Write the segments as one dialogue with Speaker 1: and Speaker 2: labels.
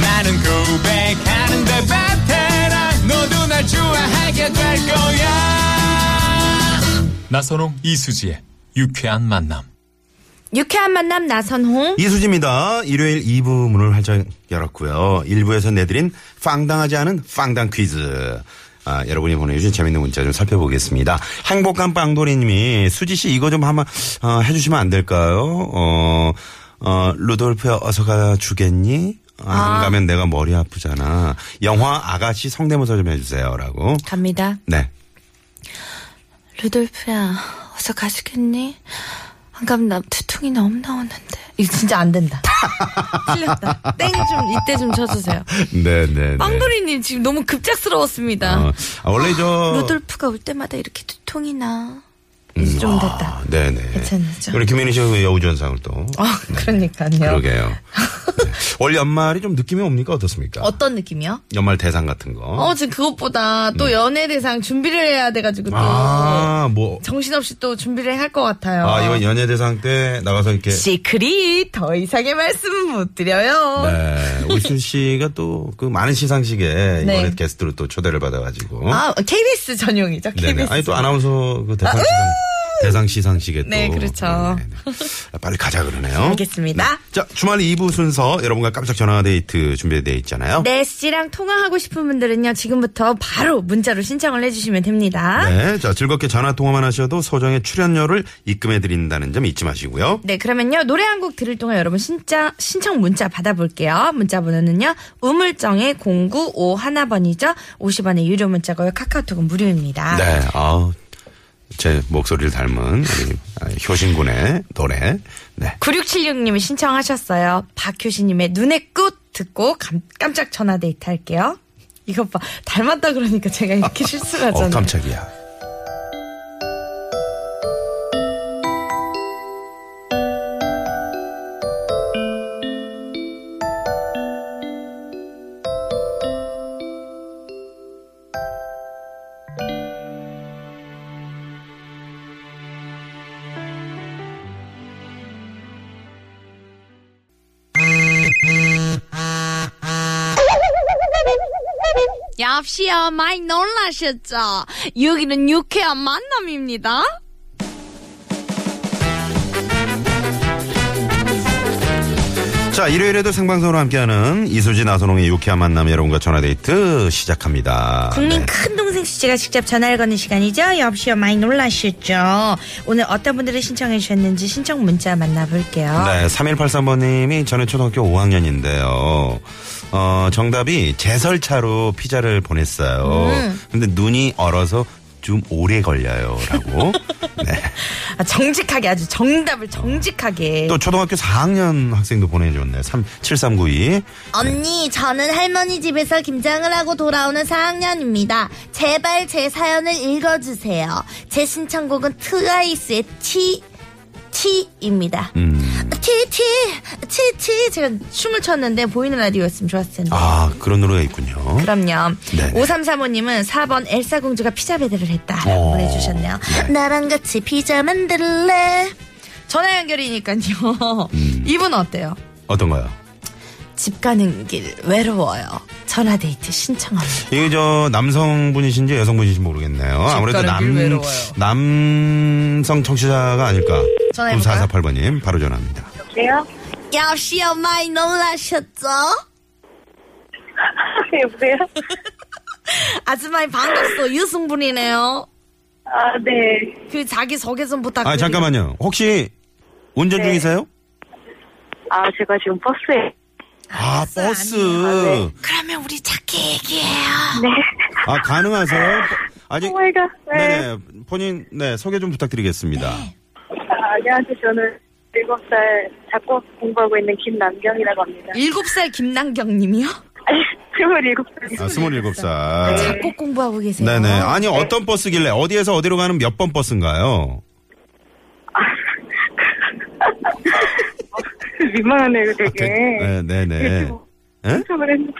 Speaker 1: 나는 고백하는데 베테랑 너도 날 좋아하게 될 거야. 나선홍 이수지의 유쾌한 만남.
Speaker 2: 유쾌한 만남 나선홍.
Speaker 3: 이수지입니다. 일요일 2부 문을 활짝 열었고요. 1부에서 내드린 빵당하지 않은 빵당 퀴즈. 아, 여러분이 보내주신 재밌는 문자 좀 살펴보겠습니다. 행복한 빵돌이님이 수지 씨 이거 좀 한번 어, 해주시면 안 될까요? 어, 어, 루돌프야 어서 가 주겠니? 안
Speaker 2: 아.
Speaker 3: 가면 내가 머리 아프잖아. 영화 아가씨 성대모사 좀 해주세요라고.
Speaker 2: 갑니다.
Speaker 3: 네.
Speaker 4: 루돌프야, 어서 가시겠니? 안 가면 나 두통이 너무 나오는데.
Speaker 2: 이거 진짜 안 된다. 틀렸다. 땡 좀 이때 좀 쳐주세요.
Speaker 3: 네, 네, 네.
Speaker 2: 빵돌이님 지금 너무 급작스러웠습니다.
Speaker 3: 어, 아, 원래 저.
Speaker 4: 루돌프가 올 때마다 이렇게 두통이 나.
Speaker 2: 이제 좀 됐다.
Speaker 3: 아, 네네.
Speaker 2: 괜찮죠.
Speaker 3: 우리 김민희 씨가 여우주연상을 또.
Speaker 2: 아, 그러니까요.
Speaker 3: 그러게요. 네. 올 연말이 좀 느낌이 옵니까? 어떻습니까?
Speaker 2: 어떤 느낌이요?
Speaker 3: 연말 대상 같은 거.
Speaker 2: 어, 지금 그것보다 또 연예 대상 준비를 해야 돼가지고 또
Speaker 3: 네. 아,
Speaker 2: 네.
Speaker 3: 뭐.
Speaker 2: 정신없이 또 준비를 할 것 같아요.
Speaker 3: 아, 이번 연예 대상 때 나가서 이렇게.
Speaker 2: 어. 시크릿 더 이상의 말씀 못 드려요.
Speaker 3: 네. 우순 씨가 또 그 많은 시상식에
Speaker 2: 네.
Speaker 3: 이번에 게스트로 또 초대를 받아가지고.
Speaker 2: 아, KBS 전용이죠. KBS.
Speaker 3: 어? 네네. 아니 또 아나운서 그 대상 시상. 대상 시상식에 또.
Speaker 2: 음! 네, 그렇죠.
Speaker 3: 네네네. 아, 빨리 가자 그러네요.
Speaker 2: 알겠습니다.
Speaker 3: 자, 주말 2부 순서 여러분과 깜짝 전화 데이트 준비되어 있잖아요.
Speaker 2: 네 씨랑 통화하고 싶은 분들은요 지금부터 바로 문자로 신청을 해주시면 됩니다. 네.
Speaker 3: 네, 자 즐겁게 전화 통화만 하셔도 서정의 출연료를 입금해 드린다는 점 잊지 마시고요.
Speaker 2: 네, 그러면요 노래 한 곡 들을 동안 여러분 신자, 신청 문자 받아볼게요. 문자 번호는요 우물정의 0951번이죠. 50원의 유료 문자고요 카카오톡은 무료입니다.
Speaker 3: 네, 아우 제 목소리를 닮은 우리 아, 효신군의 노래. 네,
Speaker 2: 9676님이 신청하셨어요. 박효신님의 눈의 꽃 듣고 감- 깜짝 전화 데이트 할게요. 이것 봐 닮았다 그러니까 제가 이렇게 실수를
Speaker 3: 어
Speaker 2: 하잖아요.
Speaker 3: 깜짝이야.
Speaker 4: 역시요, 많이 놀라셨죠? 여기는 유쾌한 만남입니다.
Speaker 3: 자, 일요일에도 생방송으로 함께하는 이수지 나선홍의 유쾌한 만남 여러분과 전화 데이트 시작합니다.
Speaker 2: 국민
Speaker 3: 네.
Speaker 2: 큰 동생 수지가 직접 전화를 거는 시간이죠. 여보시요 많이 놀라셨죠. 오늘 어떤 분들이 신청해 주셨는지 신청 문자 만나볼게요.
Speaker 3: 네, 3183번님이 저는 초등학교 5학년인데요. 어, 정답이 제설차로 피자를 보냈어요. 근데 눈이 얼어서 좀 오래 걸려요. 라고. 네.
Speaker 2: 아, 정직하게 아주 정답을 정직하게.
Speaker 3: 또 초등학교 4학년 학생도 보내줬네요. 3, 7392.
Speaker 5: 언니, 저는 할머니 집에서 김장을 하고 돌아오는 4학년입니다. 제발 제 사연을 읽어주세요. 제 신청곡은 트와이스의 티, 티입니다.
Speaker 3: 음.
Speaker 5: 티, 티, 티, 티. 제가
Speaker 2: 춤을 췄는데 보이는 라디오였으면 좋았을 텐데.
Speaker 3: 아, 그런 노래가 있군요.
Speaker 2: 그럼요.
Speaker 3: 네네.
Speaker 2: 5335님은 4번 엘사 공주가 피자 배달을 했다.
Speaker 3: 어.
Speaker 2: 보내주셨네요.
Speaker 3: 네.
Speaker 5: 나랑 같이 피자 만들래.
Speaker 2: 전화 연결이니까요.
Speaker 3: 음.
Speaker 2: 이분 어때요?
Speaker 3: 어떤가요?
Speaker 2: 집 가는 길 외로워요. 전화 데이트 신청합니다.
Speaker 3: 이게 저 남성분이신지 여성분이신지 모르겠네요. 아무래도
Speaker 2: 가는 길
Speaker 3: 남,
Speaker 2: 외로워요.
Speaker 3: 남성 청취자가 아닐까.
Speaker 2: 전화해볼까요? 아,
Speaker 3: 9448번님, 바로 전화합니다. 아,
Speaker 5: 역시요, 많이 놀라셨죠?
Speaker 6: 여보세요?
Speaker 2: 아줌마이 반갑소. 유승분이네요.
Speaker 6: 아, 네.
Speaker 2: 그 자기 소개 좀 부탁드려요.
Speaker 3: 아 잠깐만요. 혹시 운전
Speaker 2: 네.
Speaker 3: 중이세요?
Speaker 6: 아, 제가 지금 버스에.
Speaker 3: 아 버스.
Speaker 2: 네.
Speaker 5: 그러면 우리 작게 얘기해요.
Speaker 6: 네.
Speaker 3: 아 가능하세요? 아직.
Speaker 6: 오마이갓. 네.
Speaker 3: 네네 본인 네 소개 좀 부탁드리겠습니다.
Speaker 2: 네.
Speaker 6: 아, 안녕하세요. 저는 7살 작곡 공부하고 있는 김남경이라고 합니다.
Speaker 2: 일곱 살 김남경 님이요?
Speaker 6: 아니, 스물일곱 살.
Speaker 3: 아,
Speaker 6: 네.
Speaker 3: 27살.
Speaker 4: 꼭 공부하고 계세요.
Speaker 3: 네네. 아니, 어떤 버스길래, 어디에서 어디로 가는 몇 번 버스인가요?
Speaker 6: 아, 민망하네요, 되게.
Speaker 3: 네네네. 네?
Speaker 6: 신청을 했는데.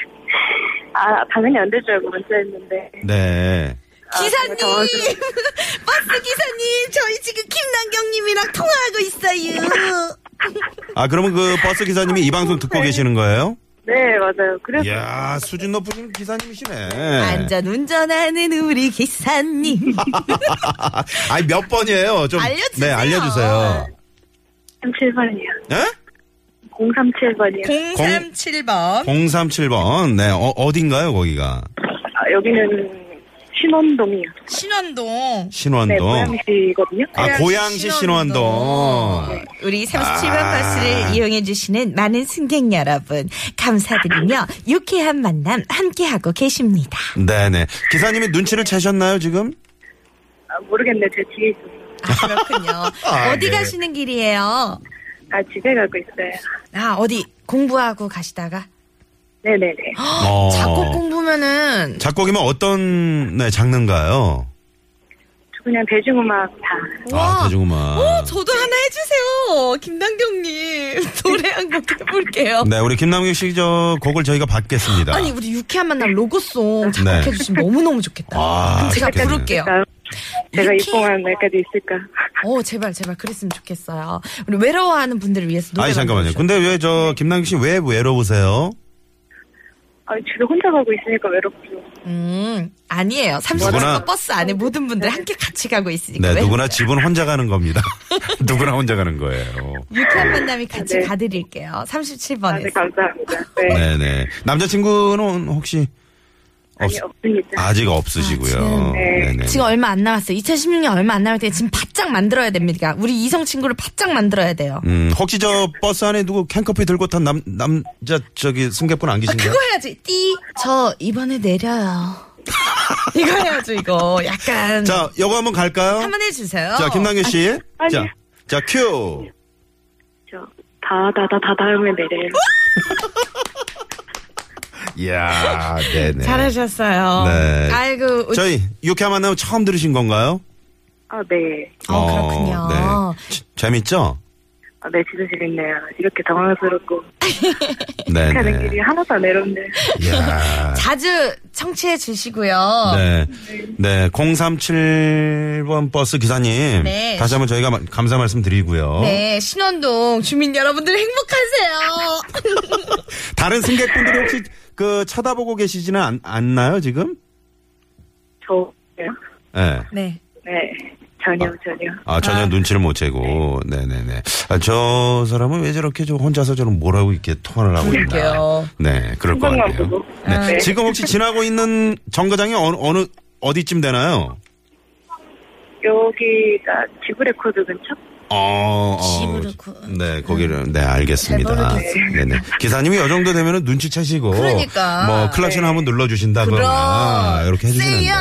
Speaker 6: 아, 당연히 안 될 줄 알고 먼저 했는데. 아,
Speaker 3: 네.
Speaker 6: 기사님!
Speaker 5: 버스 기사님, 저희 지금 김남경님이랑 통화하고 있어요.
Speaker 3: 아, 그러면 그 버스 기사님이 이 방송 듣고 계시는 거예요?
Speaker 6: 네, 맞아요. 그래서
Speaker 3: 이야, 수준 높으신 기사님이시네. 아,
Speaker 5: 안전 운전하는 우리 기사님.
Speaker 3: 아니, 몇 번이에요? 좀.
Speaker 5: 알려주세요.
Speaker 3: 네, 알려주세요.
Speaker 6: 037번이요.
Speaker 3: 예?
Speaker 6: 037번이요.
Speaker 2: 037번.
Speaker 3: 037번. 네, 어, 어딘가요, 거기가?
Speaker 6: 아, 여기는 신원동이요.
Speaker 2: 신원동.
Speaker 6: 네,
Speaker 3: 신원동.
Speaker 6: 고양시거든요. 네,
Speaker 3: 아, 고양시 신원동.
Speaker 4: 우리 37번
Speaker 3: 아.
Speaker 4: 버스를 이용해 주시는 많은 승객 여러분 감사드리며 유쾌한 만남 함께하고 계십니다.
Speaker 3: 네네. 기사님이 눈치를 채셨나요, 지금?
Speaker 6: 아, 모르겠네, 제 뒤에 있어요.
Speaker 4: 아, 그렇군요.
Speaker 3: 아,
Speaker 4: 어디
Speaker 3: 네.
Speaker 4: 가시는 길이에요?
Speaker 6: 아, 집에 가고 있어요.
Speaker 2: 아, 어디 공부하고 가시다가.
Speaker 6: 네네네.
Speaker 3: 어.
Speaker 2: 작곡 공부면은
Speaker 3: 작곡이면 어떤, 네, 장르인가요?
Speaker 6: 저 그냥 대중음악 다.
Speaker 3: 아, 대중음악.
Speaker 2: 어, 저도 하나 해주세요. 김단경님. 노래 한 곡 해볼게요.
Speaker 3: 네, 우리 김남규 씨, 저, 곡을 저희가 받겠습니다.
Speaker 2: 아. 아니, 우리 유쾌한 만남 로고송
Speaker 3: 네.
Speaker 2: 작곡해주시면 너무너무 좋겠다.
Speaker 3: 아,
Speaker 2: 그럼 제가
Speaker 3: 좋겠네.
Speaker 2: 부를게요.
Speaker 6: 나, 내가 이
Speaker 2: 이렇게-
Speaker 6: 뽕한 날까지 있을까.
Speaker 2: 어, 제발, 제발, 그랬으면 좋겠어요. 우리 외로워하는 분들을 위해서 노래.
Speaker 3: 아니, 잠깐만요. 근데 왜 저, 김남규 씨 왜 외로우세요?
Speaker 6: 아, 집에 혼자 가고 있으니까 외롭죠.
Speaker 2: 음, 아니에요. 37번
Speaker 3: 누구나-
Speaker 2: 버스 안에 모든 분들 함께 같이 가고 있으니까.
Speaker 3: 네,
Speaker 2: 외로-
Speaker 3: 누구나 집은 혼자 가는 겁니다. 누구나 혼자 가는 거예요.
Speaker 2: 유쾌한 만남이 같이
Speaker 6: 네.
Speaker 2: 가드릴게요.
Speaker 6: 아, 네,
Speaker 2: 37번에서.
Speaker 6: 감사합니다. 네.
Speaker 3: 네네. 남자친구는 혹시, 없,
Speaker 6: 아니, 없습니다.
Speaker 3: 아직 없으시고요.
Speaker 6: 네.
Speaker 3: 네네.
Speaker 2: 지금 얼마 안 남았어요. 2016년 얼마 안 남을 때 지금 바짝 만들어야 됩니다. 우리 이성 친구를 바짝 만들어야 돼요.
Speaker 3: 음, 혹시 저 버스 안에 누구 캔커피 들고 탄 남, 남자 저기 승객분 안 계신가요?
Speaker 2: 아, 그거 해야지. 띠. 저 이번에 내려요. 이거 해야죠, 이거. 약간.
Speaker 3: 자, 요거 한번 갈까요?
Speaker 2: 한번 해주세요.
Speaker 3: 자, 김남규 씨.
Speaker 6: 아니.
Speaker 3: 자, 자, 큐.
Speaker 6: 저, 다, 다, 다, 다, 다음에 내려요.
Speaker 3: 이야, 네네.
Speaker 2: 잘하셨어요.
Speaker 3: 네.
Speaker 2: 아이고. 우리-
Speaker 3: 저희 유쾌한 만남 처음 들으신 건가요?
Speaker 6: 아, 네.
Speaker 2: 어, 그렇군요.
Speaker 3: 네. 지- 재밌죠?
Speaker 6: 아, 네, 진짜 재밌네요. 이렇게 당황스럽고. 가는 길이
Speaker 3: 네네.
Speaker 6: 하나도 안 외롭네요.
Speaker 3: 이야.
Speaker 2: 자주 청취해 주시고요.
Speaker 3: 네. 네. 037번 버스 기사님.
Speaker 2: 네.
Speaker 3: 다시 한번 저희가 마- 감사 말씀 드리고요.
Speaker 2: 네, 신원동 주민 여러분들 행복하세요.
Speaker 3: 다른 승객분들이 혹시 그 쳐다보고 계시지는 않, 않나요, 지금?
Speaker 6: 저,
Speaker 3: 네.
Speaker 2: 네.
Speaker 6: 네. 전혀, 전혀.
Speaker 3: 아, 전혀 눈치를 못 채고. 네네네. 아, 저 사람은 왜 저렇게 저 혼자서 저런 뭐라고 이렇게 통화를 하고 있나.
Speaker 2: 그러게요.
Speaker 3: 네, 그럴 것
Speaker 6: 생각만
Speaker 3: 같아요.
Speaker 6: 보고.
Speaker 3: 네.
Speaker 6: 네.
Speaker 3: 지금 혹시 지나고 있는 정거장이 어느, 어느, 어디쯤 되나요?
Speaker 6: 여기가 지브레코드 근처?
Speaker 3: 어, 어. 네, 거기를,
Speaker 2: 음.
Speaker 3: 네, 알겠습니다. 네네. 기사님이 요 정도 되면은 눈치 채시고.
Speaker 2: 그러니까.
Speaker 3: 뭐, 클락션 한번 눌러주신다거나. 이렇게 해주시면 돼요.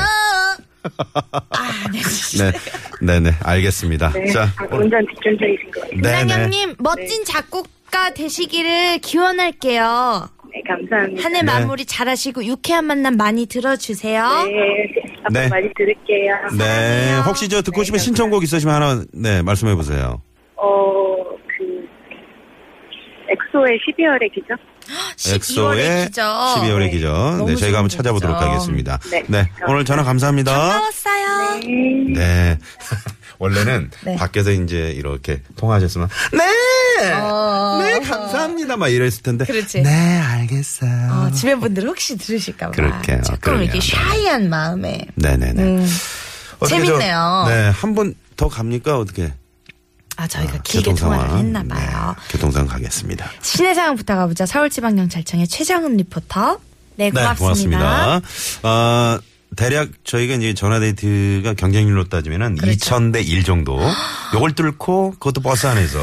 Speaker 3: 네. 네네. 알겠습니다.
Speaker 6: 네.
Speaker 3: 자.
Speaker 6: 아, 운전 뒷전자이신 것 같아요.
Speaker 3: 네네.
Speaker 4: 김상영님 멋진 작곡가 되시기를 기원할게요.
Speaker 6: 네, 감사합니다.
Speaker 4: 한 해 마무리 잘하시고 유쾌한 만남 많이 들어주세요.
Speaker 6: 네. 앞으로
Speaker 3: 네.
Speaker 6: 많이 들을게요.
Speaker 3: 네. 혹시 저 듣고 싶은 신청곡 있으시면 하나, 네, 말씀해 보세요.
Speaker 6: 어, 그, 엑소의 12월의 기적?
Speaker 3: 엑소의 12월의 기적. 네, 저희가 한번 찾아보도록 하겠습니다.
Speaker 6: 네.
Speaker 3: 네. 오늘 전화 감사합니다.
Speaker 4: 반가웠어요.
Speaker 3: 네. 원래는
Speaker 2: 네.
Speaker 3: 밖에서 이제 이렇게 통화하셨으면 네. 네, 감사합니다. 막 이랬을 텐데.
Speaker 2: 어. 그렇지.
Speaker 3: 네, 알겠어요.
Speaker 2: 어, 집에 분들 혹시 들으실까봐.
Speaker 3: 그렇게요.
Speaker 2: 조금
Speaker 3: 그러네요.
Speaker 2: 이렇게 샤이한 마음에.
Speaker 3: 네, 네, 네. 어떻게 저-
Speaker 2: 재밌네요.
Speaker 3: 네, 한 번 더 갑니까? 어떻게?
Speaker 2: 아, 저희가
Speaker 3: 아,
Speaker 2: 길게
Speaker 3: 교통상황.
Speaker 2: 통화를 했나봐요.
Speaker 3: 네, 교통상 가겠습니다.
Speaker 2: 신의 상황 부탁 가보자. 서울지방경찰청의 최정은 리포터. 네,
Speaker 3: 네, 고맙습니다. 어, 대략 저희가 이제 전화데이트가 경쟁률로 따지면은 2000대 1 정도. 요걸 뚫고 그것도 버스 안에서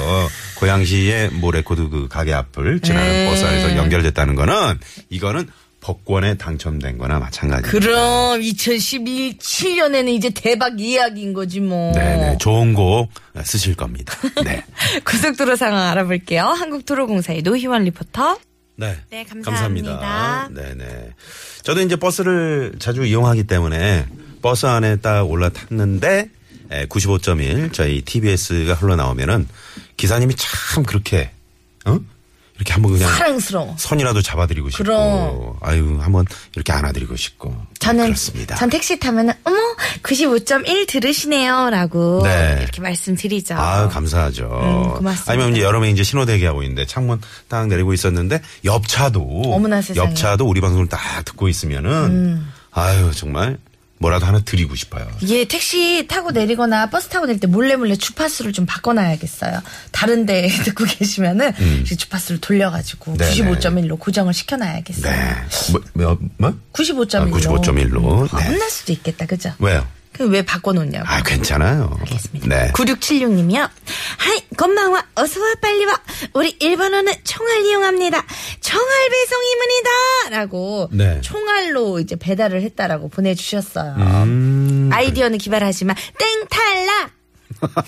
Speaker 3: 고양시의 뭐 레코드 그 가게 앞을 지나는 버스 안에서 연결됐다는 거는 이거는 복권에 당첨된 거나 마찬가지입니다.
Speaker 2: 그럼 2017년에는 이제 대박 이야기인 거지 뭐.
Speaker 3: 네네. 좋은 곡 쓰실 겁니다. 네.
Speaker 2: 고속도로 상황 알아볼게요. 한국도로공사의 노희원 리포터.
Speaker 3: 네.
Speaker 2: 네, 감사합니다.
Speaker 3: 네네. 저도 이제 버스를 자주 이용하기 때문에 버스 안에 딱 올라탔는데 95.1 저희 TBS가 흘러나오면은 기사님이 참 그렇게 어? 이렇게 한번 그냥
Speaker 7: 사랑스러워.
Speaker 3: 선이라도 잡아드리고 싶고
Speaker 7: 그럼.
Speaker 3: 아유 한번 이렇게 안아드리고 싶고
Speaker 2: 저는
Speaker 3: 그렇습니다.
Speaker 2: 전 택시 타면은 어머 95.1 들으시네요라고
Speaker 3: 네.
Speaker 2: 이렇게 말씀드리죠.
Speaker 3: 아 감사하죠.
Speaker 2: 음, 고맙습니다.
Speaker 3: 아니면 이제 여름에 이제 신호 대기하고 있는데 창문 딱 내리고 있었는데 옆차도
Speaker 2: 어머나 세상에. 음.
Speaker 3: 옆차도 우리 방송을 딱 듣고 있으면은 아유 정말 뭐라도 하나 드리고 싶어요.
Speaker 2: 예, 택시 타고 내리거나 버스 타고 내릴 때 몰래 몰래 주파수를 좀 바꿔놔야겠어요. 다른데 듣고 계시면은 이제 주파수를 돌려가지고
Speaker 3: 음. 네네.
Speaker 2: 95.1로 고정을 시켜놔야겠어요.
Speaker 3: 네. 뭐, 뭐, 뭐?
Speaker 2: 95.1로.
Speaker 3: 아, 95.1로.
Speaker 2: 아,
Speaker 3: 네.
Speaker 2: 혼날 수도 있겠다, 그죠?
Speaker 3: 왜요?
Speaker 2: 그 왜 바꿔놓냐고.
Speaker 3: 아 괜찮아요.
Speaker 2: 알겠습니다.
Speaker 3: 네.
Speaker 2: 9676님이요. 하이, 건망와, 어서와, 빨리와. 우리 1번호는 총알 이용합니다. 총알 배송이문이다! 라고
Speaker 3: 네.
Speaker 2: 총알로 이제 배달을 했다라고 보내주셨어요.
Speaker 3: 음, 네.
Speaker 2: 아이디어는 기발하지만, 땡! 탈락!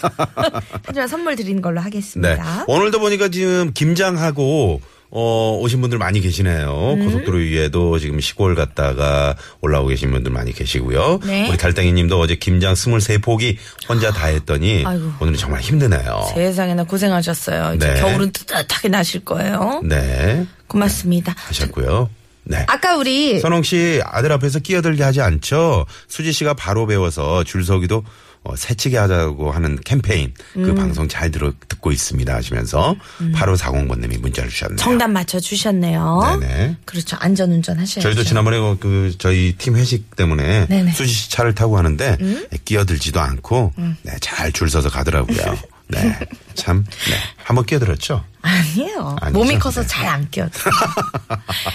Speaker 2: 하지만 선물 드리는 걸로
Speaker 3: 네.
Speaker 2: 하겠습니다.
Speaker 3: 오늘도 보니까 지금 김장하고 어, 오신 분들 많이 계시네요.
Speaker 2: 음.
Speaker 3: 고속도로 위에도 지금 시골 갔다가 올라오고 계신 분들 많이 계시고요.
Speaker 2: 네.
Speaker 3: 우리 달땡이 님도 어제 김장 23포기 혼자 다 했더니
Speaker 2: 아이고.
Speaker 3: 오늘은 정말 힘드네요.
Speaker 2: 세상에나 고생하셨어요. 이제
Speaker 3: 어. 네.
Speaker 2: 겨울은 뜨뜻하게 나실 거예요.
Speaker 3: 네.
Speaker 2: 고맙습니다.
Speaker 3: 하셨고요. 네.
Speaker 2: 아까 우리
Speaker 3: 선홍 씨 아들 앞에서 끼어들게 하지 않죠. 수지 씨가 바로 배워서 줄 서기도 어, 새치게 하자고 하는 캠페인
Speaker 2: 음.
Speaker 3: 그 방송 잘 들어 듣고 있습니다 하시면서 바로 4공번님이 문자를 주셨네요.
Speaker 2: 정답 맞춰주셨네요.
Speaker 3: 네네.
Speaker 2: 그렇죠. 안전운전 하셔야죠.
Speaker 3: 저희도 지난번에 그- 그 저희 팀 회식 때문에
Speaker 2: 그렇죠. 네네. 음?
Speaker 3: 수지 씨 차를 타고 가는데 끼어들지도 않고 네, 잘 줄 서서 가더라고요. 네. 참 네. 한번 끼어들었죠.
Speaker 2: 아니에요.
Speaker 3: 아니죠?
Speaker 2: 몸이 커서
Speaker 3: 네.
Speaker 2: 잘 안 끼어들어요.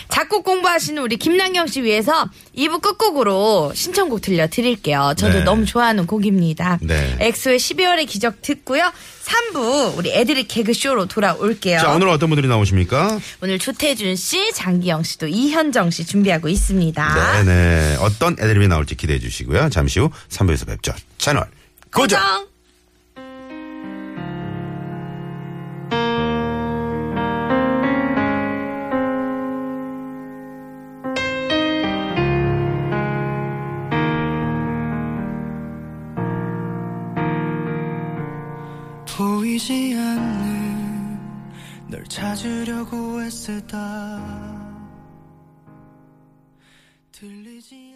Speaker 2: 작곡 공부하시는 우리 김남경 씨 위해서 2부 끝곡으로 신청곡 들려드릴게요. 저도
Speaker 3: 네.
Speaker 2: 너무 좋아하는 곡입니다.
Speaker 3: 네.
Speaker 2: 엑소의 12월의 기적 듣고요. 3부 우리 애들이 개그쇼로 돌아올게요.
Speaker 3: 자, 오늘은 어떤 분들이 나오십니까?
Speaker 2: 오늘 조태준 씨, 장기영 씨, 또 이현정 씨 준비하고 있습니다.
Speaker 3: 네네. 어떤 애드립이 나올지 기대해 주시고요. 잠시 후 3부에서 뵙죠. 채널 고정!
Speaker 2: 고정!
Speaker 8: 보이지 않는 널 찾으려고 애쓰다 들리지 않는